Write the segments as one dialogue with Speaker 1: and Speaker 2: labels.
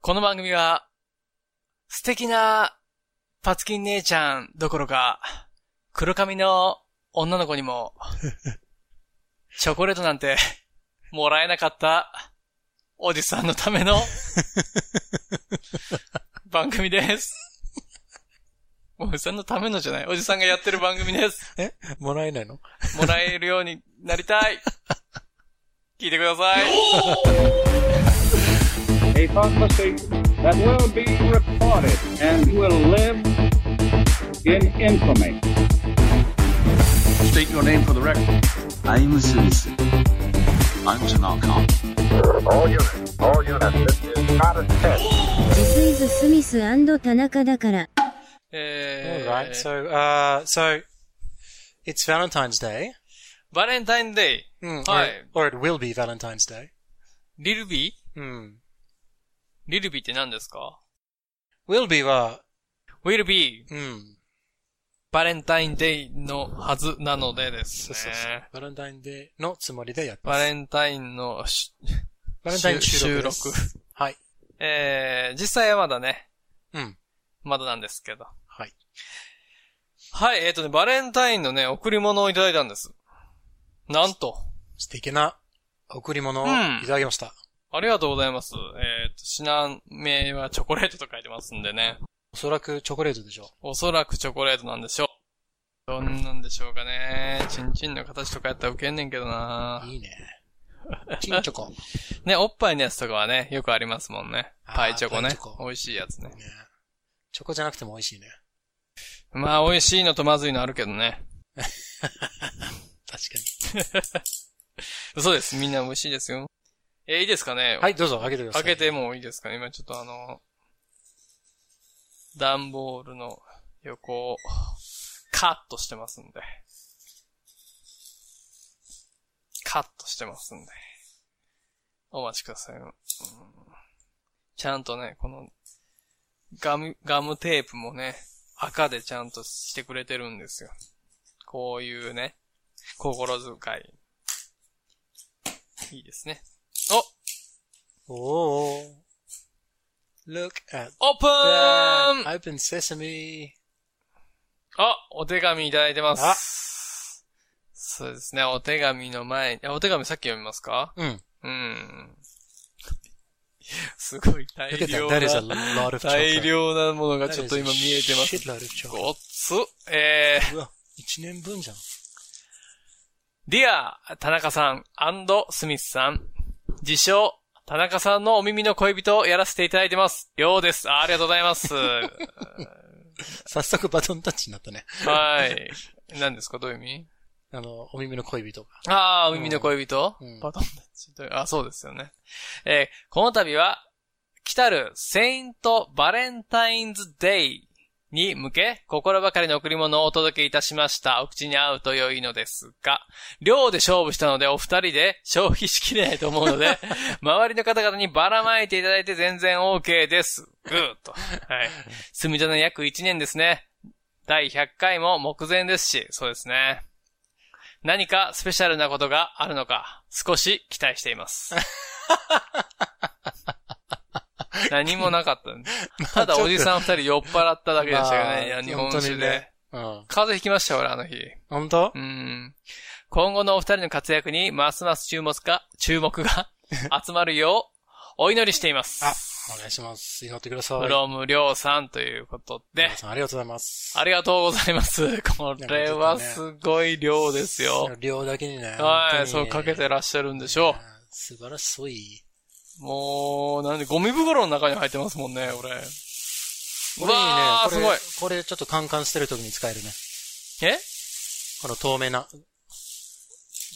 Speaker 1: この番組は、素敵なパツキン姉ちゃんどころか、黒髪の女の子にも、チョコレートなんてもらえなかったおじさんのための番組です。おじさんのためのじゃない。おじさんがやってる番組です。
Speaker 2: もらえないの
Speaker 1: もらえるようになりたい。聞いてください。
Speaker 3: a prophecy that will be recorded and will live in infamy. State your name for the record.
Speaker 4: I'm a citizen. I'm Tanaka.
Speaker 5: All units, all units, this is not a test.
Speaker 6: This is スミス田中だから。
Speaker 1: えー
Speaker 2: Alright, so, uh, so, it's Valentine's Day.
Speaker 1: バレンタインデー。
Speaker 2: Mm,
Speaker 1: Hi.
Speaker 2: Or, or it will be Valentine's Day.
Speaker 1: リルビー
Speaker 2: Mm.
Speaker 1: リルビーって何ですか
Speaker 2: Will be は、
Speaker 1: ?will be
Speaker 2: mm.
Speaker 1: バレンタインデイのはずなのでです、
Speaker 2: そ
Speaker 1: ね。
Speaker 2: うそうそう。バレンタインデーのつもりでやってます
Speaker 1: バレンタインのし、
Speaker 2: バレンタイン収録です
Speaker 1: 収録。
Speaker 2: はい。
Speaker 1: えー、実際はまだね、
Speaker 2: うん。
Speaker 1: まだなんですけど。
Speaker 2: はい。
Speaker 1: はい、えっ、とね、バレンタインのね、贈り物をいただいたんです。なんと、
Speaker 2: 素敵な贈り物を
Speaker 1: うん
Speaker 2: いただきました。
Speaker 1: ありがとうございます。えっ、と、品名はチョコレートと書いてますんでね。
Speaker 2: おそらくチョコレートでしょ
Speaker 1: おそらくチョコレートなんでしょう。どんなんでしょうかね。チンチンの形とかやったらウケんねんけどな
Speaker 2: う。いいね。チンチョコ。ね
Speaker 1: ね、おっぱいのやつとかはね、よくありますもんね。
Speaker 2: あー
Speaker 1: パイチョコ
Speaker 2: パ
Speaker 1: ね
Speaker 2: イチョ。コ
Speaker 1: 美味しいやつね。
Speaker 2: チョコじゃなくても美味しいね。
Speaker 1: まあ、美味しいのとまずいのあるけどね。
Speaker 2: 確か
Speaker 1: 嘘です。みんな美味しいですよ。えーいいですかね
Speaker 2: に。はい、どうぞ、開けてくださ
Speaker 1: 開
Speaker 2: い。
Speaker 1: けてもいいですかね今ちょっとあの、段ボールの横をカットしてますんで。カットしてますんで。お待ちください。うんちゃんとね、この、ガム、ガムテープもね、赤でちゃんとしてくれてるんですよ。こういうね、心遣い。いいですね。お
Speaker 2: おー。Look at
Speaker 1: オープン
Speaker 2: that
Speaker 1: あ、
Speaker 2: open sesame.
Speaker 1: お手紙いただいてま
Speaker 2: あ
Speaker 1: す。そうですね、お手紙の前に、あお手紙さっき読みますか
Speaker 2: うん。
Speaker 1: うん。すごい大
Speaker 2: Look at that.
Speaker 1: 量
Speaker 2: That is a
Speaker 1: な、
Speaker 2: lot of chocolate.
Speaker 1: 大量なものが
Speaker 2: That
Speaker 1: ちょっと今
Speaker 2: is a
Speaker 1: 見えてます
Speaker 2: shitload。of chocolate.
Speaker 1: ごっつ、えー、
Speaker 2: うわ、一年分じゃん。
Speaker 1: ディア、田中さん、スミスさん、自称、田中さんのお耳の恋人をやらせていただいてます。ようです。あありがとうございます。
Speaker 2: 早速バトンタッチになったね。
Speaker 1: はい。何ですかどういう意味
Speaker 2: あの、お耳の恋人が。
Speaker 1: ああ、海の恋人、
Speaker 2: うん
Speaker 1: バトンタッチという。あ、そうですよね。えーこの度は、来たるセイントバレンタインズデイに向け、心ばかりの贈り物をお届けいたしました。お口に合うと良いのですが、量で勝負したのでお二人で消費しきれないと思うので、周りの方々にばらまいていただいて全然 OK です。ぐーっと。はい。住田の約1年ですね。第100回も目前ですし、そうですね。何かスペシャルなことがあるのか、少し期待しています。 何もなかったんで。ただおじさん二人酔っ払っただけでしたよね。いや、日本
Speaker 2: 本当
Speaker 1: 酒
Speaker 2: に
Speaker 1: で。
Speaker 2: ね。うん。
Speaker 1: 風邪ひきましたよ、俺、あの日。
Speaker 2: 本当
Speaker 1: うん。今後のお二人の活躍に、ますます注目が、注目 が集まるよう、お祈りしていま
Speaker 2: あ
Speaker 1: す。、
Speaker 2: お願いします。祈ってください。
Speaker 1: フロムりょうさんということで
Speaker 2: 皆、さんありがとうございます。
Speaker 1: ありがとうござい ます。これはすごい量ですよ。
Speaker 2: 量だけにね。本当
Speaker 1: は
Speaker 2: に
Speaker 1: い、そうかけてらっしゃるんでし
Speaker 2: い
Speaker 1: ょ
Speaker 2: や素晴らしい。
Speaker 1: う。もう、なんで、ゴミ袋の中に入ってますもんね、俺。う
Speaker 2: これいいね
Speaker 1: わー、
Speaker 2: こ
Speaker 1: す
Speaker 2: れ
Speaker 1: ごい。
Speaker 2: これちょっとカンカン捨てるときに使えるね。
Speaker 1: え
Speaker 2: この透明な。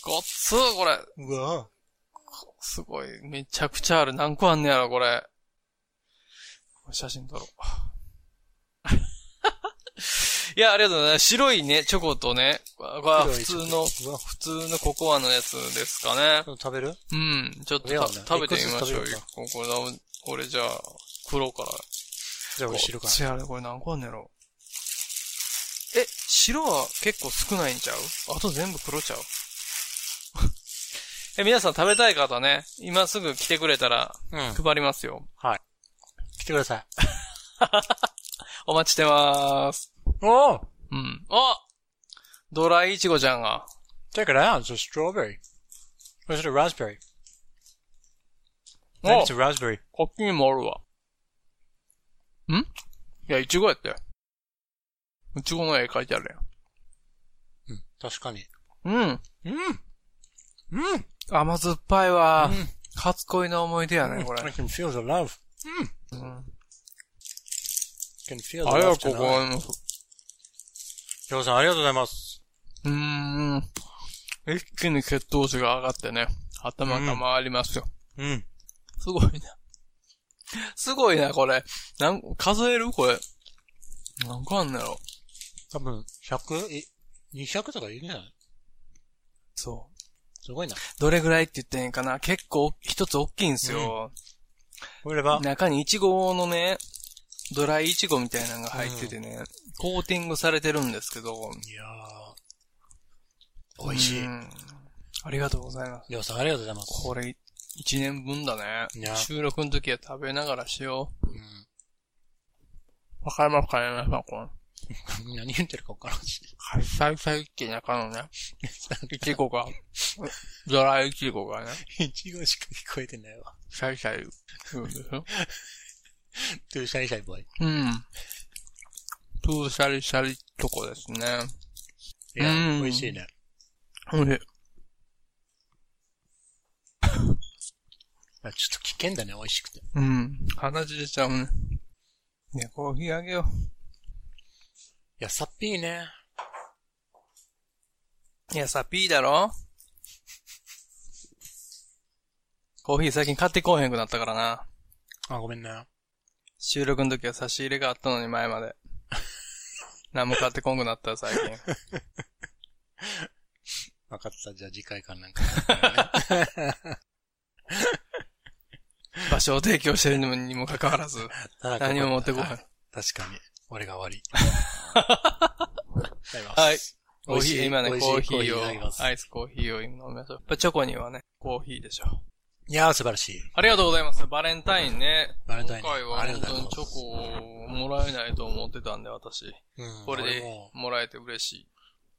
Speaker 1: ごっつー、これ。
Speaker 2: うわ
Speaker 1: すごい。めちゃくちゃある。何個あんねやろ、これ。これ写真撮ろう。 いや、ありがとうございます。白いね、チョコとね、これは
Speaker 2: 黒
Speaker 1: 普
Speaker 2: いチ
Speaker 1: 通
Speaker 2: ョコ
Speaker 1: の、
Speaker 2: うわ
Speaker 1: 普通のココアのやつですかね。
Speaker 2: 食べる
Speaker 1: うん。ちょっと
Speaker 2: 食べよ
Speaker 1: た
Speaker 2: うね
Speaker 1: 食べてみましょう
Speaker 2: 一個ずつ食べよう
Speaker 1: よ
Speaker 2: か。
Speaker 1: ここれだ、俺じゃあ、黒から。
Speaker 2: じゃあ、後ろか
Speaker 1: こっちあれ、これ何個あんねやろ。え、白は結構少ないんちゃうあと全部黒ちゃう え、皆さん食べたい方ね、今すぐ来てくれたら
Speaker 2: ら。うん。
Speaker 1: 配りますよ。
Speaker 2: はい。てください。
Speaker 1: お待ちしてまーす。
Speaker 2: おお
Speaker 1: うん。あドライイチゴちゃんが。
Speaker 2: Check it out. It's a strawberry. Or is it a raspberry? I think it's a raspberry.
Speaker 1: こっちにもおるわ。んいや、イチゴやったよ。イチゴの絵描いてある
Speaker 2: うん、確かに。
Speaker 1: やん。うん。
Speaker 2: うんうん
Speaker 1: 甘酸っぱいわ。初恋の思い出やね、これ。
Speaker 2: I can feel the love. うん。can feel the
Speaker 1: あれは
Speaker 2: love
Speaker 1: こ
Speaker 2: tonight.
Speaker 1: この、
Speaker 2: ヒョウさん、ありがとうございます。
Speaker 1: うーん。一気に血糖値が上がってね、頭が回りますよ。
Speaker 2: うん。
Speaker 1: すごいな。すごいな、これ。なん、数えるこれ。なんかあんのやろ。
Speaker 2: 多分、100? え、200とか言うんじゃない
Speaker 1: そう。
Speaker 2: すごいな。
Speaker 1: どれぐらいって言ってんやんかな結構一つ大きいんですよ。
Speaker 2: これは、
Speaker 1: 中にイチゴのね、ドライイチゴみたいなのが入っててね、コーティングされてるんですけど。
Speaker 2: いやー、美味しい。
Speaker 1: う
Speaker 2: ヒ
Speaker 1: んありがとうございます。
Speaker 2: ョウさん、ありがとうございます。
Speaker 1: これ、一年分だね
Speaker 2: いや。
Speaker 1: 収録の時は食べながらしよ
Speaker 2: うん
Speaker 1: う。わかりますかね皆さん、この、
Speaker 2: 何言ってるか分からんし。
Speaker 1: 開催祭って中のね、イチゴが、ドライイチゴがね、
Speaker 2: イチゴしか聞こえてないわ。
Speaker 1: シャイシャイするんですよ。
Speaker 2: トゥーシャイシャイボーイ。
Speaker 1: うん。トゥーシャリシャリとこですね。
Speaker 2: いや
Speaker 1: う
Speaker 2: ー、
Speaker 1: ん
Speaker 2: 美味しいね。
Speaker 1: おいしい
Speaker 2: あちょっと危険だね、美味しくて。
Speaker 1: うん。鼻血出ちゃうね。ね、コーヒーあげよ
Speaker 2: いや、さっぴーね。
Speaker 1: う。いや、さ、ピーだろコーヒー最近買ってこうへんくなったからな。
Speaker 2: あ、ごめんな。
Speaker 1: 収録の時は差し入れがあったのに前まで。何も買ってこんくなった最近。
Speaker 2: 分かった。じゃあ次回からな んかやるからね。
Speaker 1: 場所を提供してるのにもかかわらず、
Speaker 2: ただここ
Speaker 1: 何も持ってこうへん。
Speaker 2: 確かに。俺が 悪い。
Speaker 1: は。
Speaker 2: はい
Speaker 1: コーヒー、今ね、コーヒー
Speaker 2: いただきま
Speaker 1: を、
Speaker 2: す
Speaker 1: アイスコーヒーを今飲みましょう。やっぱチョコにはね、コーヒーでしょう。
Speaker 2: いやー、素晴らしい。
Speaker 1: ありがとうございます。バレンタインね。
Speaker 2: バレンタインね
Speaker 1: 今回は
Speaker 2: ありが
Speaker 1: 本
Speaker 2: とうご
Speaker 1: 当
Speaker 2: ざ
Speaker 1: に
Speaker 2: います
Speaker 1: チョコをもらえないと思ってたんで、私。
Speaker 2: うん
Speaker 1: これ
Speaker 2: 俺
Speaker 1: で
Speaker 2: も
Speaker 1: もらえて嬉しい。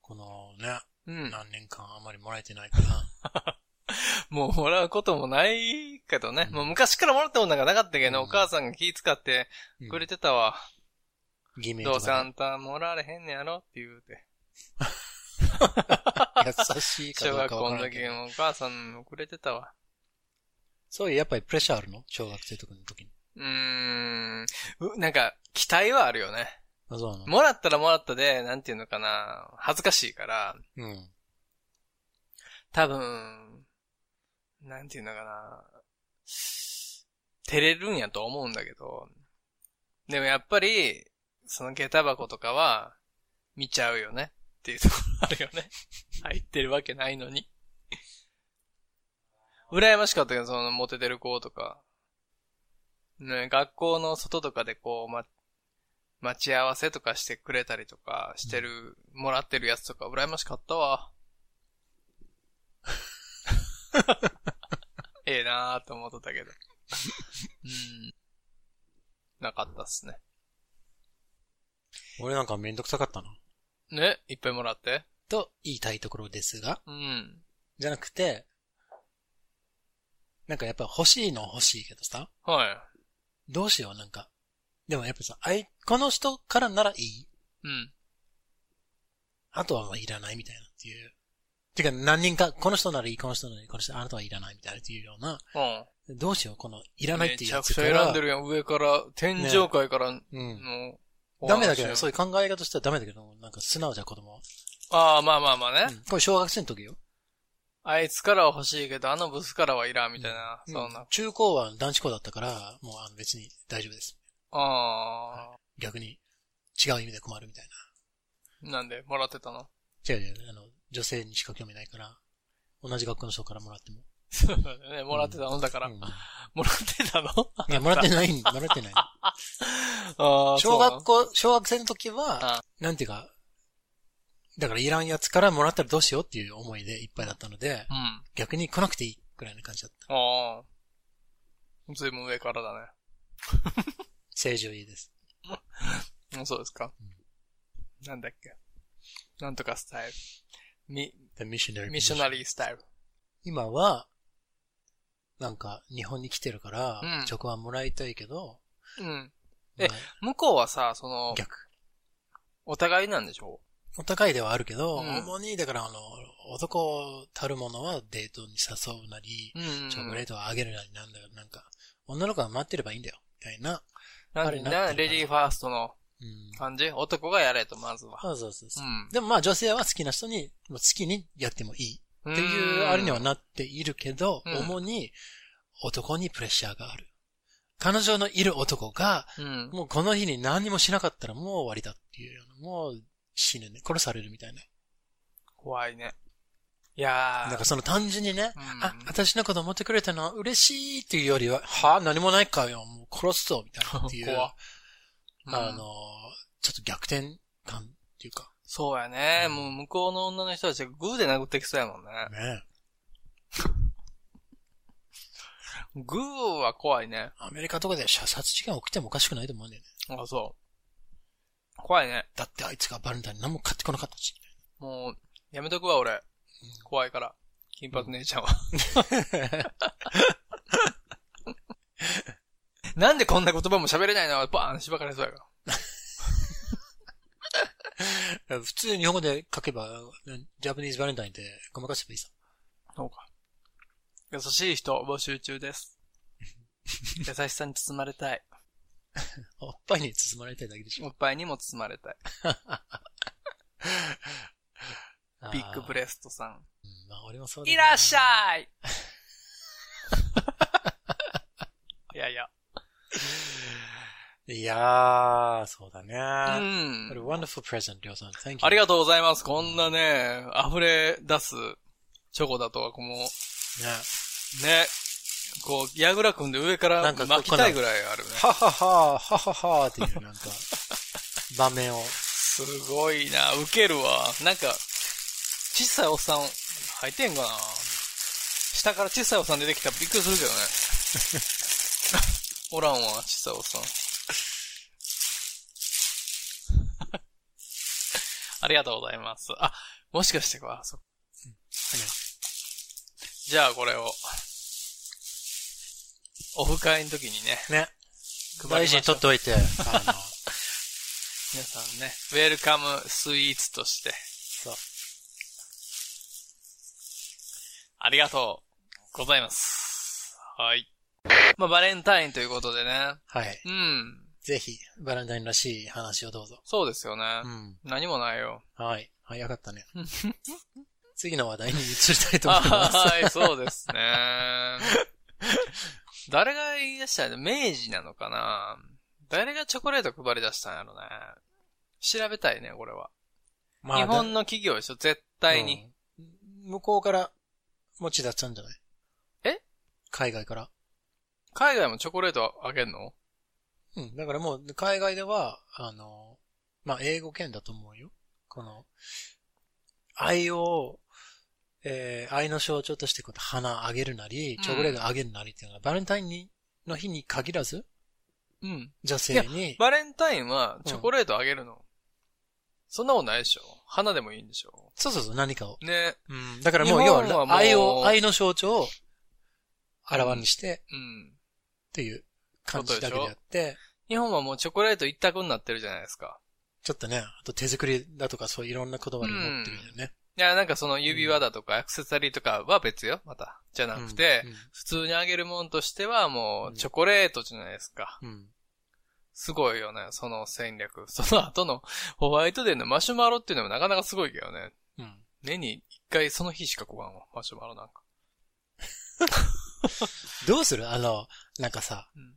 Speaker 2: このね、
Speaker 1: うん。
Speaker 2: 何年間あんまりもらえてないから。
Speaker 1: もうもらうこともないけどね。もう昔からもらったもんなんかなかったけどね、
Speaker 2: うん
Speaker 1: お母さんが気使ってくれてたわ。
Speaker 2: 偽名
Speaker 1: どう
Speaker 2: と
Speaker 1: せあ
Speaker 2: かね。
Speaker 1: んたもらわれへんねやろって言うて。
Speaker 2: 優しいか
Speaker 1: 小
Speaker 2: どう
Speaker 1: 学
Speaker 2: かわ
Speaker 1: 校
Speaker 2: か
Speaker 1: の
Speaker 2: らんけ
Speaker 1: 時
Speaker 2: ど。
Speaker 1: もお母さんもくれてたわ。
Speaker 2: そういう、やっぱりプレッシャーあるの小学生とかの時に。
Speaker 1: うーん。うなんか、期待はあるよね。
Speaker 2: あ、そうなの
Speaker 1: もらったらもらったで、なんていうのかな。恥ずかしいから。
Speaker 2: うん。
Speaker 1: 多分、なんていうのかな。照れるんやと思うんだけど。でもやっぱり、その下駄箱とかは、見ちゃうよね。っていうところあるよね。 入ってるわけないのに。羨ましかったけど、その、モテてる子とか。ね、学校の外とかでこう、ま、待ち合わせとかしてくれたりとかしてる、もらってるやつとか羨ましかったわ。ええなぁと思っとった けど。うん。なかったっすね。
Speaker 2: 俺なんかめんどくさかったな。
Speaker 1: ね、いっぱいもらって。
Speaker 2: と言いたいところですが。
Speaker 1: うん。
Speaker 2: じゃなくて、なんかやっぱ欲しいのは欲しいけどさ、
Speaker 1: は
Speaker 2: どうしようなんか。でもやっぱさ、あい、この人からならいい。
Speaker 1: い。うん。
Speaker 2: あとはまあいらないみたいなっていう。てか何人か、この人ならいい、この人ならいい、この人、あなたはいらないみたいなっていうような、どうしよう、このいら
Speaker 1: うん。
Speaker 2: ない
Speaker 1: め
Speaker 2: っていう
Speaker 1: ち
Speaker 2: や
Speaker 1: ゃく
Speaker 2: つ
Speaker 1: ち
Speaker 2: か
Speaker 1: ゃ
Speaker 2: ら。
Speaker 1: 選んでるやん。上から、天井界からの、
Speaker 2: うん。ダメだけどね、そういう考え方としてはダメだけど、なんか素直じゃん子供は。
Speaker 1: ああ、まあまあまあね。
Speaker 2: うんこれ小学生の時よ。
Speaker 1: あいつからは欲しいけど、あのブスからはいらん、みたいな。
Speaker 2: うん
Speaker 1: そんな。
Speaker 2: 中高は男子校だったから、もうあの別に大丈夫です。
Speaker 1: ああ。
Speaker 2: 逆に違う意味で困るみたいな。
Speaker 1: なんで、もらってたの
Speaker 2: 違う違う、あの、女性にしか興味ないから、同じ学校の人からもらっても。
Speaker 1: そうだね。もらってたのだから。
Speaker 2: うん
Speaker 1: もらってたの
Speaker 2: いや、もらってない、もらってない。
Speaker 1: ああ、
Speaker 2: 小学
Speaker 1: 校。
Speaker 2: 校、小学生の時は
Speaker 1: あ、
Speaker 2: なんていうか、だからいらんやつからもらったらどうしようっていう思いでいっぱいだったので、
Speaker 1: うん。あ
Speaker 2: 逆に来なくていいくらいの感じだった。
Speaker 1: あ。ずいぶん上からだね。
Speaker 2: 正常位です。
Speaker 1: うんそうですか。なんだっけ。なんとかスタイル。ミ、
Speaker 2: The missionary.
Speaker 1: ミッショナリースタイル。
Speaker 2: 今は、なんか、日本に来てるから
Speaker 1: うん、
Speaker 2: 直はもらいたいけど、
Speaker 1: うん。
Speaker 2: まあ
Speaker 1: え向こうはさ、その、
Speaker 2: 逆。
Speaker 1: お互いなんでしょ
Speaker 2: お互いではあるけど、
Speaker 1: うん
Speaker 2: 主に、だから、あの、男たるものはデートに誘うなり、
Speaker 1: うんうんうん。
Speaker 2: チョコレートをあげるなりなんだよ、なんか、女の子が待ってればいいんだよ、みたいな。
Speaker 1: なんで
Speaker 2: あれな
Speaker 1: な
Speaker 2: ってるか
Speaker 1: レ
Speaker 2: ら
Speaker 1: ディーファーストの
Speaker 2: うん。
Speaker 1: 感じ男がやれと、まずは。
Speaker 2: そうそうそうそうう。
Speaker 1: ん。
Speaker 2: でもまあ女性は好きな人に、もう好きにやってもいい
Speaker 1: っ
Speaker 2: っていうあれにはなっているけど、
Speaker 1: うん
Speaker 2: 主に男にプレッシャーがある。彼女のいる男が、
Speaker 1: うん。
Speaker 2: もうこの日に何もしなかったらもう終わりだっていうような、もう死ぬね、殺されるみたいな。
Speaker 1: 怖いね。いやー。
Speaker 2: なんかその単純にね、
Speaker 1: うん
Speaker 2: あ、私のこと持ってくれたのは嬉しいっていうよりは、はあ、何もないかよ、もう殺すぞ、みた いなっていう、
Speaker 1: 怖
Speaker 2: あ
Speaker 1: うん
Speaker 2: の、ちょっと逆転感っていうか、
Speaker 1: そうやね。
Speaker 2: うん
Speaker 1: もう向こうの女の人たちがグーで殴ってきそうやもんね。
Speaker 2: ね、
Speaker 1: グーは怖いね。
Speaker 2: アメリカとかで射殺事件起きてもおかしくないと思うんだよね。
Speaker 1: あ、そう。怖いね。
Speaker 2: だってあいつがバレンタインに何も買ってこなかったし。
Speaker 1: もう、やめとくわ、俺。怖いから。金髪姉ちゃんは。なんでこんな言葉も喋れないのバーンしばかれそうやから。
Speaker 2: 普通日本語で書けば、ジャパニーズバレンタインってごまかせばいいさ。
Speaker 1: そうか。優しい人募集中です。優しさに包まれたい。
Speaker 2: おっぱいに包まれたいだけでし
Speaker 1: お
Speaker 2: ょ。
Speaker 1: っぱいにも包まれたい。ビッグブ
Speaker 2: レ
Speaker 1: レストさん。
Speaker 2: うん、まあ俺もそうだけ
Speaker 1: い
Speaker 2: どな
Speaker 1: らっしゃいいやいや。
Speaker 2: い。いやー、そうだね。
Speaker 1: う
Speaker 2: What a
Speaker 1: ん。
Speaker 2: wonderful present, りょうさん。Thank you.
Speaker 1: ありがとうございます。こんなね、溢れ出すチョコだとは、この、
Speaker 2: ね。
Speaker 1: ね、こう、矢倉組んで上から
Speaker 2: なんかこう
Speaker 1: 巻きたいぐらいあるね。
Speaker 2: ははは、はははっていうなんか、 場面を。
Speaker 1: すごいな、ウケるわ。なんか、小さいおっさん、入ってんかな下から小さいおっさん出てきたらびっくりするけどね。 おらんわ、小さいおっさん。 ありがとうございます。あ、もしかしてか、そっかじゃあこれを、オフ会の時にね、
Speaker 2: ね。
Speaker 1: 配
Speaker 2: 大
Speaker 1: り
Speaker 2: 事
Speaker 1: ま
Speaker 2: に
Speaker 1: しょ
Speaker 2: 取
Speaker 1: う
Speaker 2: っておいて、あの、
Speaker 1: 皆さんね、ウェルカムスイーツとして。
Speaker 2: う
Speaker 1: ありがとうございます。はい。まあ、バレンタインということでね。
Speaker 2: はい。
Speaker 1: うん。
Speaker 2: ぜひ、バレンタインらしい話をどうぞ。
Speaker 1: そうですよね
Speaker 2: う。ん。
Speaker 1: 何もないよ。
Speaker 2: はい。早か ったね。次の話題に移りたいと思います。
Speaker 1: はい、そうですね。誰が言い出したの明治なのかな誰がチョコレート配り出したんやろね。調べたいね、これは。
Speaker 2: まあ
Speaker 1: 日本の企業でしょ、絶対に。
Speaker 2: うん向こうから持ち出したんじゃない
Speaker 1: え
Speaker 2: 海外から。
Speaker 1: 海外もチョコレートあげんの
Speaker 2: うん。だからもう、海外では、あの、まあ、英語圏だと思うよ。この、愛を、えー愛の象徴として、こう花あげるなり
Speaker 1: うん、
Speaker 2: チョコレートあげるなりっていうのは、バレンタインにの日に限らず、
Speaker 1: うん。
Speaker 2: 女性に、
Speaker 1: バレンタインはチョコレートあげるの、そんなことないでしょ花でもいいんでしょ
Speaker 2: そうそうそう、何かを。
Speaker 1: ね。
Speaker 2: うん。だからもう、
Speaker 1: 日
Speaker 2: 要
Speaker 1: 本はもう
Speaker 2: は、愛を、愛の象徴を、あらわにして、
Speaker 1: うん。
Speaker 2: っていう感じだけであって、
Speaker 1: 日本はもうチョコレート一択になってるじゃないですか。
Speaker 2: ちょっとね、あと手作りだとかそういろんなこだわりを持ってるんだよね。
Speaker 1: いや、なんかその指輪だとかアクセサリーとかは別よ、また。じゃなくて、普通にあげるもんとしてはもうチョコレートじゃないですか。
Speaker 2: うん、うん。
Speaker 1: すごいよね、その戦略。 その後のホワイトデーのマシュマロっていうのもなかなかすごいけどね。
Speaker 2: うん。うん
Speaker 1: 年に一回その日しか来わんわ、マシュマロなんか。
Speaker 2: どうするあの、なんかさ
Speaker 1: うん、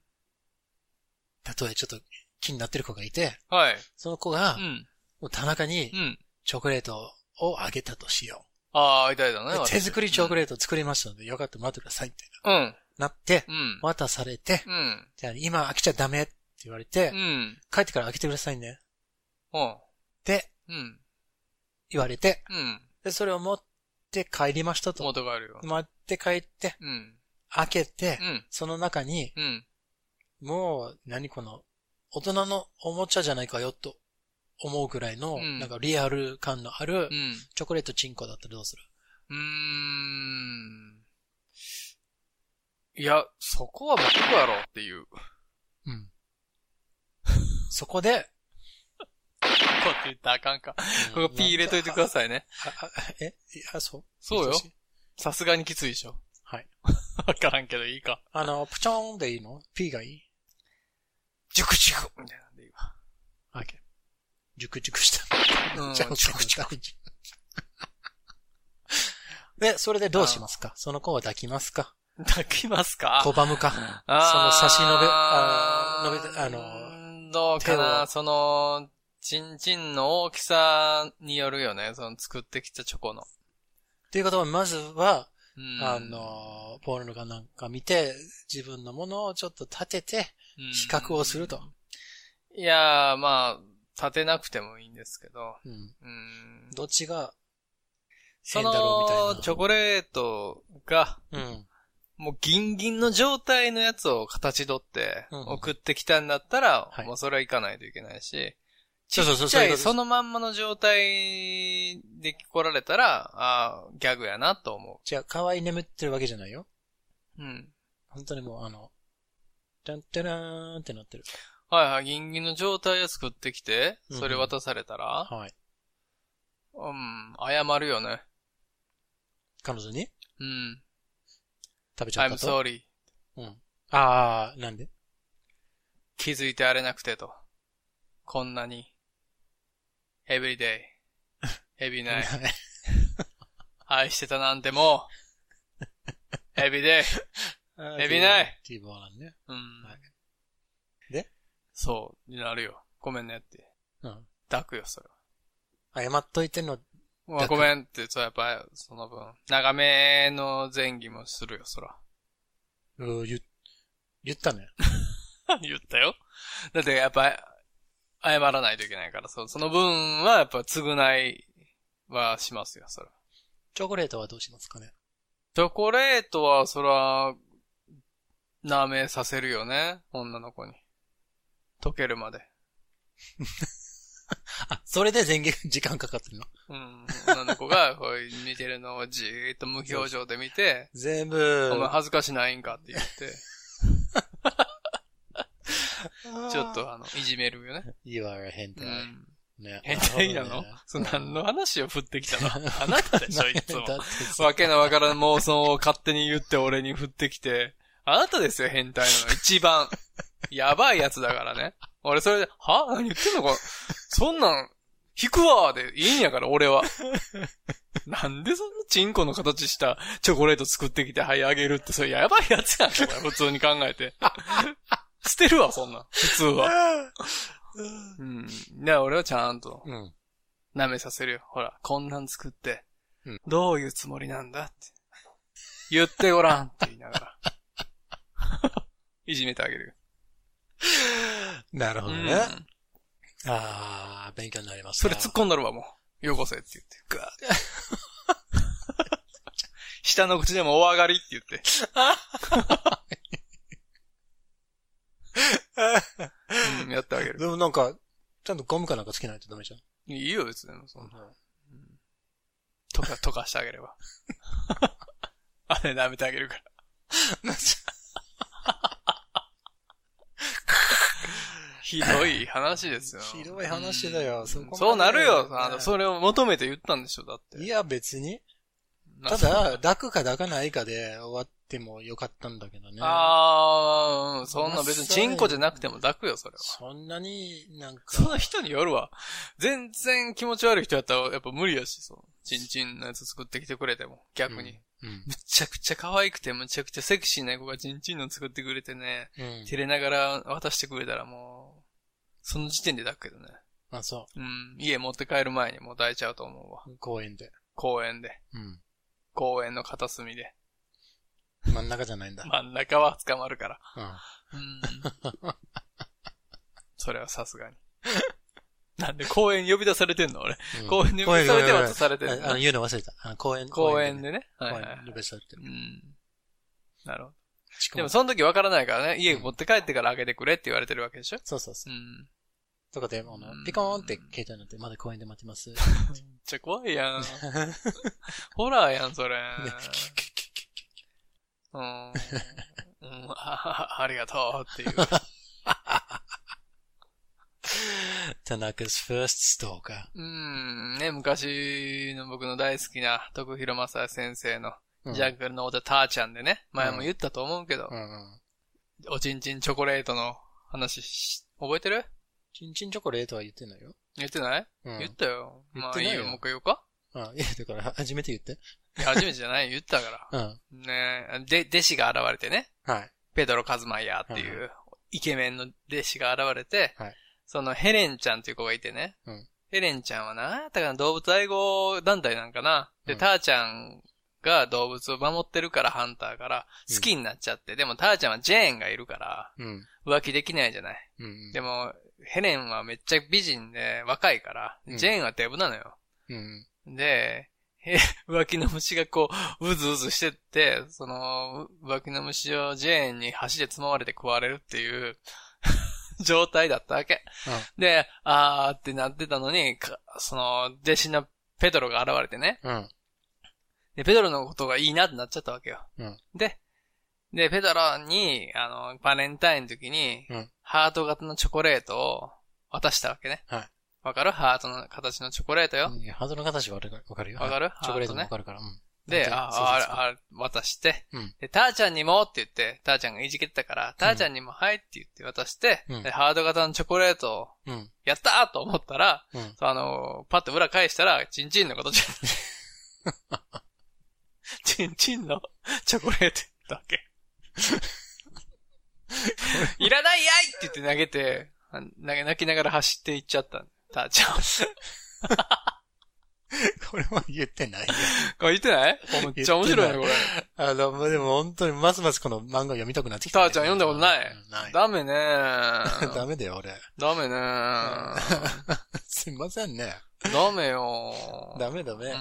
Speaker 2: たとえちょっと気になってる子がいて、
Speaker 1: はい。
Speaker 2: その子が
Speaker 1: う、ん。
Speaker 2: もう田中に
Speaker 1: うん。
Speaker 2: チョコレートをあげたとしよ
Speaker 1: ああ、いたいた
Speaker 2: う。
Speaker 1: ね
Speaker 2: で。手作りチョコ
Speaker 1: レ
Speaker 2: レートを作りましたので、よかったら待ってくださいって
Speaker 1: ート。うん。
Speaker 2: なって
Speaker 1: う、ん。
Speaker 2: 渡されて、
Speaker 1: うん。
Speaker 2: じゃあ今開けちゃダメって言われて
Speaker 1: う、ん。
Speaker 2: 帰ってから開けてくださいね。
Speaker 1: うん。
Speaker 2: って
Speaker 1: うん。
Speaker 2: 言われて、
Speaker 1: うん。
Speaker 2: で、それを持って帰りましたと。
Speaker 1: 元があるよ。
Speaker 2: 持って帰って、
Speaker 1: うん。
Speaker 2: 開けて
Speaker 1: う、ん。
Speaker 2: その中に、
Speaker 1: うん。
Speaker 2: もう、何この、大人のおもちゃじゃないかよと思うくらいの、
Speaker 1: うん
Speaker 2: なんかリアル感のある
Speaker 1: うん。
Speaker 2: チョコレートチンコだったらどうする
Speaker 1: うーん。いや、そこは僕やろうっていう。こ
Speaker 2: うん。そこで、
Speaker 1: って言ったらあかんか。 こ
Speaker 2: うん
Speaker 1: こ P 入れといてくださいね。
Speaker 2: ああえいや、そう
Speaker 1: そうよ
Speaker 2: 難しい
Speaker 1: さすがにきついでしょ。
Speaker 2: はい。
Speaker 1: わからんけどいいか。
Speaker 2: あの、プチョーンでいいの ?P がいい
Speaker 1: ジュクジュクみたいなんでいいわ。
Speaker 2: あ、OK。ジュクジュクした。
Speaker 1: うん
Speaker 2: じゃん
Speaker 1: ジュクジ
Speaker 2: ュク。 で、それでどうしますかその子を抱きますか
Speaker 1: 抱きますか
Speaker 2: 拒むかその差し伸べ、あー伸べ、あの、
Speaker 1: の、どうか
Speaker 2: 手
Speaker 1: な
Speaker 2: を
Speaker 1: その、チンチンの大きさによるよね。その作ってきたチョコの。
Speaker 2: ということは、まずは、
Speaker 1: うん
Speaker 2: あ、の、ポールかなんか見て、自分のものをちょっと立てて、比較をすると。
Speaker 1: うん。いやー、まあ、立てなくてもいいんですけど。
Speaker 2: うん。
Speaker 1: うん。
Speaker 2: どっちが、
Speaker 1: そ
Speaker 2: 変だろうみたいな
Speaker 1: の、チョコレートが、
Speaker 2: うん。
Speaker 1: もうギンギンの状態のやつを形取って
Speaker 2: うん
Speaker 1: 送ってきたんだったら、
Speaker 2: はい
Speaker 1: もうそれは行かないといけないし、ち
Speaker 2: そ
Speaker 1: っ
Speaker 2: うそうそう
Speaker 1: ちゃ
Speaker 2: そうい
Speaker 1: い
Speaker 2: うことです
Speaker 1: そのまんまの状態で来られたら、ああ、ギャグやなと思
Speaker 2: じゃあ、可愛い眠ってるわけじゃないよ。
Speaker 1: う。うん。
Speaker 2: 本当にもう、あの、じゃんてらーんってなってる。
Speaker 1: はいはい、ギンギンの状態を作ってきて、
Speaker 2: うん
Speaker 1: それ渡されたら、
Speaker 2: はい。
Speaker 1: うん、謝るよね。
Speaker 2: 彼女に
Speaker 1: うん。
Speaker 2: 食べちゃっ
Speaker 1: I'm
Speaker 2: たと。
Speaker 1: sorry.
Speaker 2: ああ、なんで
Speaker 1: 気づいてあれなくてと。こんなに。every day, every night. 愛してたなんても う、エビで、エビない
Speaker 2: ティーボーランね。
Speaker 1: うん。
Speaker 2: はいで
Speaker 1: そう、になるよ。ごめんねって。
Speaker 2: うん。
Speaker 1: 抱くよ、それ
Speaker 2: 謝っといての、
Speaker 1: は。まあ、
Speaker 2: 抱
Speaker 1: ご
Speaker 2: く
Speaker 1: めんって、そう、やっぱ、その分、長めの前儀もするよ、そら。
Speaker 2: うー言っ、言ったね。
Speaker 1: 言ったよ。だって、やっぱ、謝らないといけないから、そう、その分は、やっぱ、償いはしますよ、そら。
Speaker 2: チョコレートはどうしますかね
Speaker 1: チョコレートは、そら、舐めさせるよね、女の子に。溶けるまで。
Speaker 2: あ、それで前言時間かかってるの
Speaker 1: うん。女の子が、こう、見てるのをじーっと無表情で見て、
Speaker 2: 全部、
Speaker 1: お前恥ずかしないんかって言 って、ちょっ。と、あの、いじめるよね。
Speaker 2: You are a 変
Speaker 1: う
Speaker 2: 態。
Speaker 1: ん。
Speaker 2: ね。
Speaker 1: 変態なのそう、何 の話を振ってきたのあなたでしょ、いつも。わけのわからん妄想を勝手に言って俺に振ってきて、あなたですよ、変態なの。一番。やばいやつだからね。俺それで、は何言ってんのかそんなん、引くわーでいいんやから、俺は。なんでそんなチンコの形したチョコレート作ってきて、はい、あげるって、それやばいやつやんか、お前普通に考えて。捨てるわ、そんなん。普通は。うん。だから俺はちゃんと、
Speaker 2: うん。
Speaker 1: 舐めさせるよ。ほら、こんなん作って、
Speaker 2: うん
Speaker 1: どういうつもりなんだって。言ってごらんって言いなが ら。いじめてあげるよ。
Speaker 2: なるほ
Speaker 1: う
Speaker 2: ど
Speaker 1: ん
Speaker 2: ね。ああ、勉強になります
Speaker 1: そ
Speaker 2: な。
Speaker 1: れ突っ込んだるわ、もう。よこせって言って。ぐわー 下の口でもお上がりって言 って。うん、やってあげる。
Speaker 2: でもなんか、ちゃんとゴムかなんかつけないとダメじゃん。
Speaker 1: いいよ、別に。そんな。うんとか、とかしてあげれば。 あれ、舐めてあげるから。 ひどい話ですよ。
Speaker 2: ひどい話だよ
Speaker 1: ん
Speaker 2: そこまで
Speaker 1: そうなるよ。
Speaker 2: ね
Speaker 1: あの、それを求めて言ったんでしょ、だって。
Speaker 2: いや、別に。
Speaker 1: な
Speaker 2: ただ、、抱くか抱かないかで終わってもよかったんだけどね。
Speaker 1: あーうん、そんな別にチンコじゃなくても抱くよ、それは。
Speaker 2: そんなになん
Speaker 1: その
Speaker 2: か、
Speaker 1: 人によるわ。全然気持ち悪い人やったらやっぱ無理やし、そう。チンチンのやつ作ってきてくれても、逆に。
Speaker 2: うん。
Speaker 1: むちゃくちゃ可愛くて、むちゃくちゃセクシーな子がチンチンの作ってくれてね、
Speaker 2: うん。
Speaker 1: 照れながら渡してくれたらもう、その時点でだけどね。
Speaker 2: あ、そ
Speaker 1: うん、家持って帰る前にもう抱いちゃうと思うわ。
Speaker 2: う。公園で。
Speaker 1: 公園で。
Speaker 2: うん。
Speaker 1: 公園の片隅で。
Speaker 2: 真ん中じゃないんだ。
Speaker 1: 真ん中は捕まるから。
Speaker 2: うん。
Speaker 1: うん。それはさすがに。なんで公園呼び出されてんの俺。
Speaker 2: うん
Speaker 1: 公園で呼び出されて渡されて
Speaker 2: 公園
Speaker 1: る
Speaker 2: でああの、言うの忘れた。あの公園。
Speaker 1: 公園で
Speaker 2: ね。
Speaker 1: ね。は
Speaker 2: 公
Speaker 1: いは
Speaker 2: 園
Speaker 1: い
Speaker 2: で呼び出されて
Speaker 1: う
Speaker 2: る。
Speaker 1: ん。なるほど。
Speaker 2: しか
Speaker 1: で
Speaker 2: も
Speaker 1: もその時わからないからね、家持って帰ってから開けてくれって言われてるわけでしょ
Speaker 2: そうそうそうう。
Speaker 1: ん。
Speaker 2: とかで、あの
Speaker 1: うん、
Speaker 2: ピコーンって携帯になって、まだ公園で待って ます。ね
Speaker 1: めっちゃ怖い やん。ホラーやん、それ。うん。うん、あははありがとうっていう。
Speaker 2: Tanaka's first stalker.
Speaker 1: うん。ね、昔の僕の大好きな徳広正也先生の
Speaker 2: うん
Speaker 1: ジャングルのおたターちゃんでね、前も言ったと思うけど
Speaker 2: う、んうん。
Speaker 1: おちんちんチョコレートの話し、覚えてる
Speaker 2: チンチンチョコレートは言ってないよ。
Speaker 1: 言ってない、
Speaker 2: うん。
Speaker 1: 言ったよ。
Speaker 2: 言
Speaker 1: ま
Speaker 2: って
Speaker 1: あ
Speaker 2: ない
Speaker 1: い
Speaker 2: よ
Speaker 1: いよ、もう一回言おうか。
Speaker 2: あ、いや、だから、初めて言って。
Speaker 1: いや初めてじゃないよ言ったから。
Speaker 2: うん。
Speaker 1: ねえ、で、弟子が現れてね、
Speaker 2: はい。
Speaker 1: ペドロ・カズマイヤーって
Speaker 2: はい
Speaker 1: いう、イケメンの弟子が現れて、
Speaker 2: はい
Speaker 1: そのヘレンちゃんっていう子がいてね、
Speaker 2: うん
Speaker 1: ヘレンちゃんは何やったかな、動物愛護団体なんかな。で、
Speaker 2: うん
Speaker 1: ターちゃんが動物を守ってるから、ハンターから、
Speaker 2: うん
Speaker 1: 好きになっちゃって、でもターちゃんはジェーンがいるから、
Speaker 2: うん。
Speaker 1: 浮気できないじゃない。
Speaker 2: うん。
Speaker 1: でも、ヘレンはめっちゃ美人で若いから、
Speaker 2: うん
Speaker 1: ジェーンはデブなのよ。
Speaker 2: うん。
Speaker 1: で、へ 浮気の虫がこう、うずうずしてって、その、う浮気の虫をジェーンに箸でつままれて食われるっていう、 状態だったわけ。で、あーってなってたのに、かその、弟子のペドロが現れてね。
Speaker 2: うん。
Speaker 1: で、ペドロのことがいいなってなっちゃったわけよ。
Speaker 2: うん
Speaker 1: で、で、ペドロに、あの、バレンタインの時に、
Speaker 2: うん
Speaker 1: ハート型のチョコレートを渡したわけね。
Speaker 2: はい
Speaker 1: わかるハートの形のチョコレートよ。
Speaker 2: うん。いや、ハートの形はわかるわかるよ。
Speaker 1: わかる
Speaker 2: はいチョコレートも
Speaker 1: ハー
Speaker 2: わ
Speaker 1: ト
Speaker 2: かるから。うん。
Speaker 1: で、あ、あ、
Speaker 2: そうそうそう
Speaker 1: あ、あ渡して、
Speaker 2: うん
Speaker 1: で、たーちゃんにもって言って、たーちゃんがいじけてたから、たーちゃんにもはいって言って渡して、
Speaker 2: うん
Speaker 1: で、ハード型のチョコレートを、
Speaker 2: うん。
Speaker 1: やったーと思ったら、
Speaker 2: うん
Speaker 1: そうあのーパッと裏返したら、チンチンの形。 チンチンのチョコレートだけ。いらないやいって言って投げて、あ投げ泣きながら走っていっちゃった。たーちゃん。
Speaker 2: これは言ってないよ。
Speaker 1: これ言ってない めっちゃ面白いね、これ。
Speaker 2: あの、もうでも本当にますますこの漫画を読みたくなってき
Speaker 1: た
Speaker 2: た、
Speaker 1: ーちゃん読んだことない
Speaker 2: うんない。
Speaker 1: ダメね
Speaker 2: ダ
Speaker 1: ー。
Speaker 2: メだよ、俺。
Speaker 1: ダメねー。
Speaker 2: すいませんね。
Speaker 1: ダメよー。
Speaker 2: ダメダ
Speaker 1: う
Speaker 2: メ
Speaker 1: ー。ん。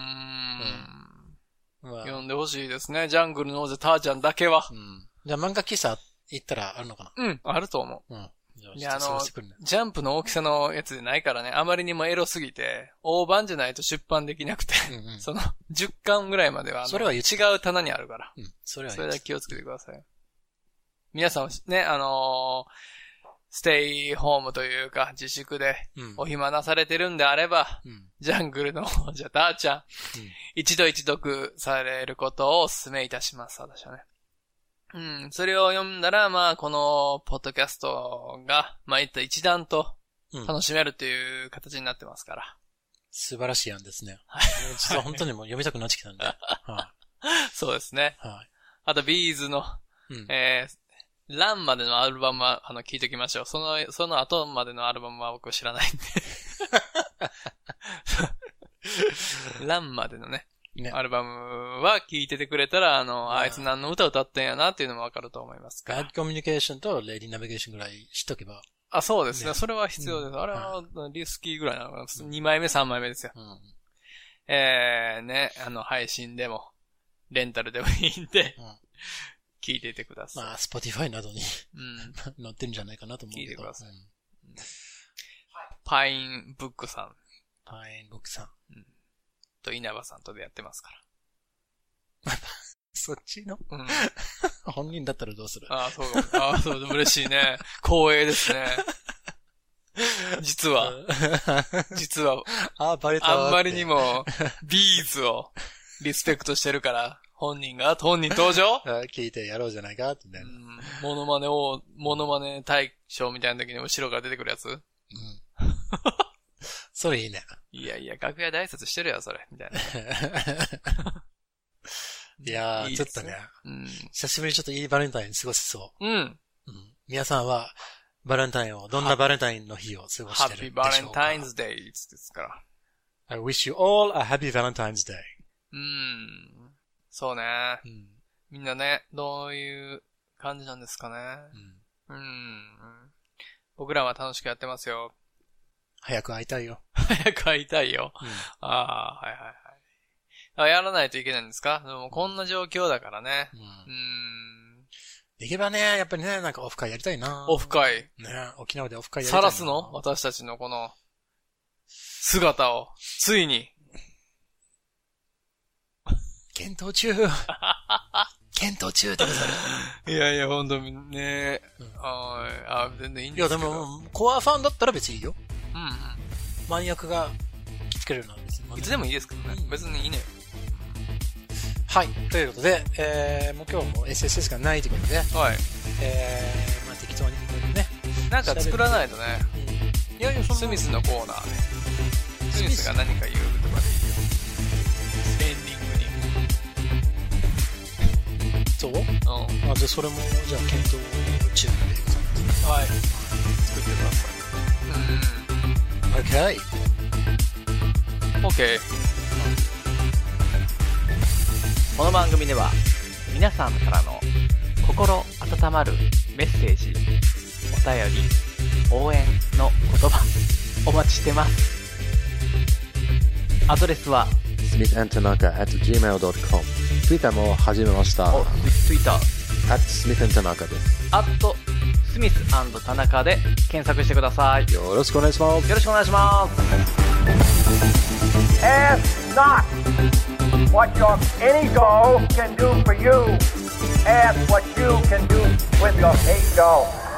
Speaker 2: まあ、
Speaker 1: 読んでほしいですね。ジャングルの王者ターちゃんだけは
Speaker 2: う。ん。じゃあ漫画喫茶行ったらあるのか
Speaker 1: うん、あると思う。
Speaker 2: なうん。じゃあ
Speaker 1: いや
Speaker 2: ちょっと
Speaker 1: あの
Speaker 2: 探してくるね
Speaker 1: ジャンプの大きさのやつでないからね、あまりにもエロすぎて、大判じゃないと出版できなくて、
Speaker 2: うんうん。
Speaker 1: その、10巻ぐらいまでは、あの
Speaker 2: それは
Speaker 1: 違
Speaker 2: 言って
Speaker 1: う棚にあるから、
Speaker 2: うん。それは
Speaker 1: それだけ気をつけてください。皆さん、ね、あのーステイホームというか、自粛で、
Speaker 2: うん。
Speaker 1: お暇なされてるんであれば、
Speaker 2: うん。
Speaker 1: ジャングルの 王者ターちゃん、一度一読されることをお勧めいたします、私はね。うん、それを読んだら、まあ、この、ポッドキャストが、まあ、一一段と、
Speaker 2: うん。
Speaker 1: 楽しめるっていう形になってますから。
Speaker 2: 素晴らしい案ですね。はい。ちょっと本当にもう読みたくなってきたんで。は
Speaker 1: そうですね。
Speaker 2: い。は
Speaker 1: あと、ビーズの、
Speaker 2: い。うん。
Speaker 1: えー、ランまでのアルバムは、あの、聞いときましょう。その、その後までのアルバムは僕知らない んで。ランまでのね、
Speaker 2: ね
Speaker 1: アルバムは聞いててくれたら、あの、
Speaker 2: ん
Speaker 1: あいつ何の歌歌ってんやなっていうのもわかると思いますか
Speaker 2: ガ
Speaker 1: ら
Speaker 2: ードコミュニケーションとレディナビゲーションぐらいしとけば。
Speaker 1: あ、そうですね。
Speaker 2: ね
Speaker 1: それは必要です。
Speaker 2: うん
Speaker 1: あれは、リスキーぐらいなのかな。2枚目、3枚目ですよ。
Speaker 2: うん。
Speaker 1: えー、ね、あの、配信でも、レンタルでもいいんで
Speaker 2: うん、
Speaker 1: 聞いていてください。
Speaker 2: まあ、スポティファイなどに
Speaker 1: うん。
Speaker 2: 載ってるんじゃないかなと思うけど。
Speaker 1: 聞いてください
Speaker 2: うん
Speaker 1: パインブックさん
Speaker 2: パインボックさん。
Speaker 1: と稲葉さんとでやってますか
Speaker 2: そっちの
Speaker 1: ら。うん。
Speaker 2: 本人だったらどうする
Speaker 1: ああ、そうかも。ああ、そう、でも嬉しいね。光栄ですね。実は、実は、
Speaker 2: あ、バレた
Speaker 1: あんまりに。も、ビーズをリスペクトしてるから、本人が、本人登場
Speaker 2: あ聞いてやろうじゃないかってね。
Speaker 1: うんモノマネを、モノマネ大賞みたいな時に後ろから出てくるやつ
Speaker 2: うん。それいいね。
Speaker 1: いやいや、楽屋で挨拶してるやん、それ。みたいな。
Speaker 2: いや ー
Speaker 1: いい
Speaker 2: ち
Speaker 1: で
Speaker 2: ょっ
Speaker 1: す
Speaker 2: と
Speaker 1: ね
Speaker 2: ね、
Speaker 1: うん。
Speaker 2: 久しぶりにちょっといいバレンタイン過ごせそ
Speaker 1: うん。
Speaker 2: う。うん。皆さんは、バレンタインを、どんなバレンタインの日を過ご
Speaker 1: ハ
Speaker 2: して
Speaker 1: ッピ
Speaker 2: る
Speaker 1: ー
Speaker 2: んでしょうか
Speaker 1: バレンタインズデイですから。
Speaker 2: I wish you all a happy Valentine's Day.
Speaker 1: うん。そうね。
Speaker 2: うん。
Speaker 1: みんなね、どういう感じなんですか
Speaker 2: う
Speaker 1: ね。
Speaker 2: ん。
Speaker 1: うん。僕らは楽しくやってますよ。
Speaker 2: 早く会いたいよ。
Speaker 1: 早く会いたいよ。
Speaker 2: うん
Speaker 1: ああ、はいはいはい。あやらないといけないんですかでもこんな状況だからね。
Speaker 2: うん
Speaker 1: うん。
Speaker 2: できればね、やっぱりね、なんかオフ会やりたいな
Speaker 1: オフ。会。
Speaker 2: ね沖縄でオフ会やりた
Speaker 1: さ
Speaker 2: いな。
Speaker 1: らすの私たちのこの、姿を、ついに。
Speaker 2: 検討 中検討中ってことだね
Speaker 1: いやいや、ほんとにね、
Speaker 2: うん
Speaker 1: あーあー、全然いいん
Speaker 2: い
Speaker 1: で
Speaker 2: や、
Speaker 1: すけ
Speaker 2: で
Speaker 1: ど。
Speaker 2: も、コアファンだったら別にいいよ。
Speaker 1: うんうん。
Speaker 2: マニアックが来てくれるのは別に。
Speaker 1: いつでもいいですけどね。別にいいね。
Speaker 2: はい。ということで、えー、もう今日も SSS がないということで、
Speaker 1: はい。
Speaker 2: えー、まあ適当にいろいろね。
Speaker 1: なんか作らないとね。
Speaker 2: いやいや、そんな
Speaker 1: スミスのコーナーで。スミスが何か言うとかでいいよ。エンディン
Speaker 2: そう
Speaker 1: グに。
Speaker 2: あ、じゃあそれも、じゃあ検討中で
Speaker 1: うん。はい。作ってください。
Speaker 2: ございます。
Speaker 1: う
Speaker 2: OK!
Speaker 1: ん。オッケー。
Speaker 7: この番組では皆さんからの心温まるメッセージ、お便り、応援の言葉 お待ちしてます。アドレスは、
Speaker 8: smithandtanaka at gmail.com ツイッターも始めました
Speaker 7: お、ツイッター、
Speaker 8: at smithandtanaka で
Speaker 7: アットスミス田中で検索してください。
Speaker 8: すよろしくお願いします
Speaker 7: よろしくお願いします。
Speaker 5: Ask not what your any doll can do for you. Ask what you can do with your hate doll.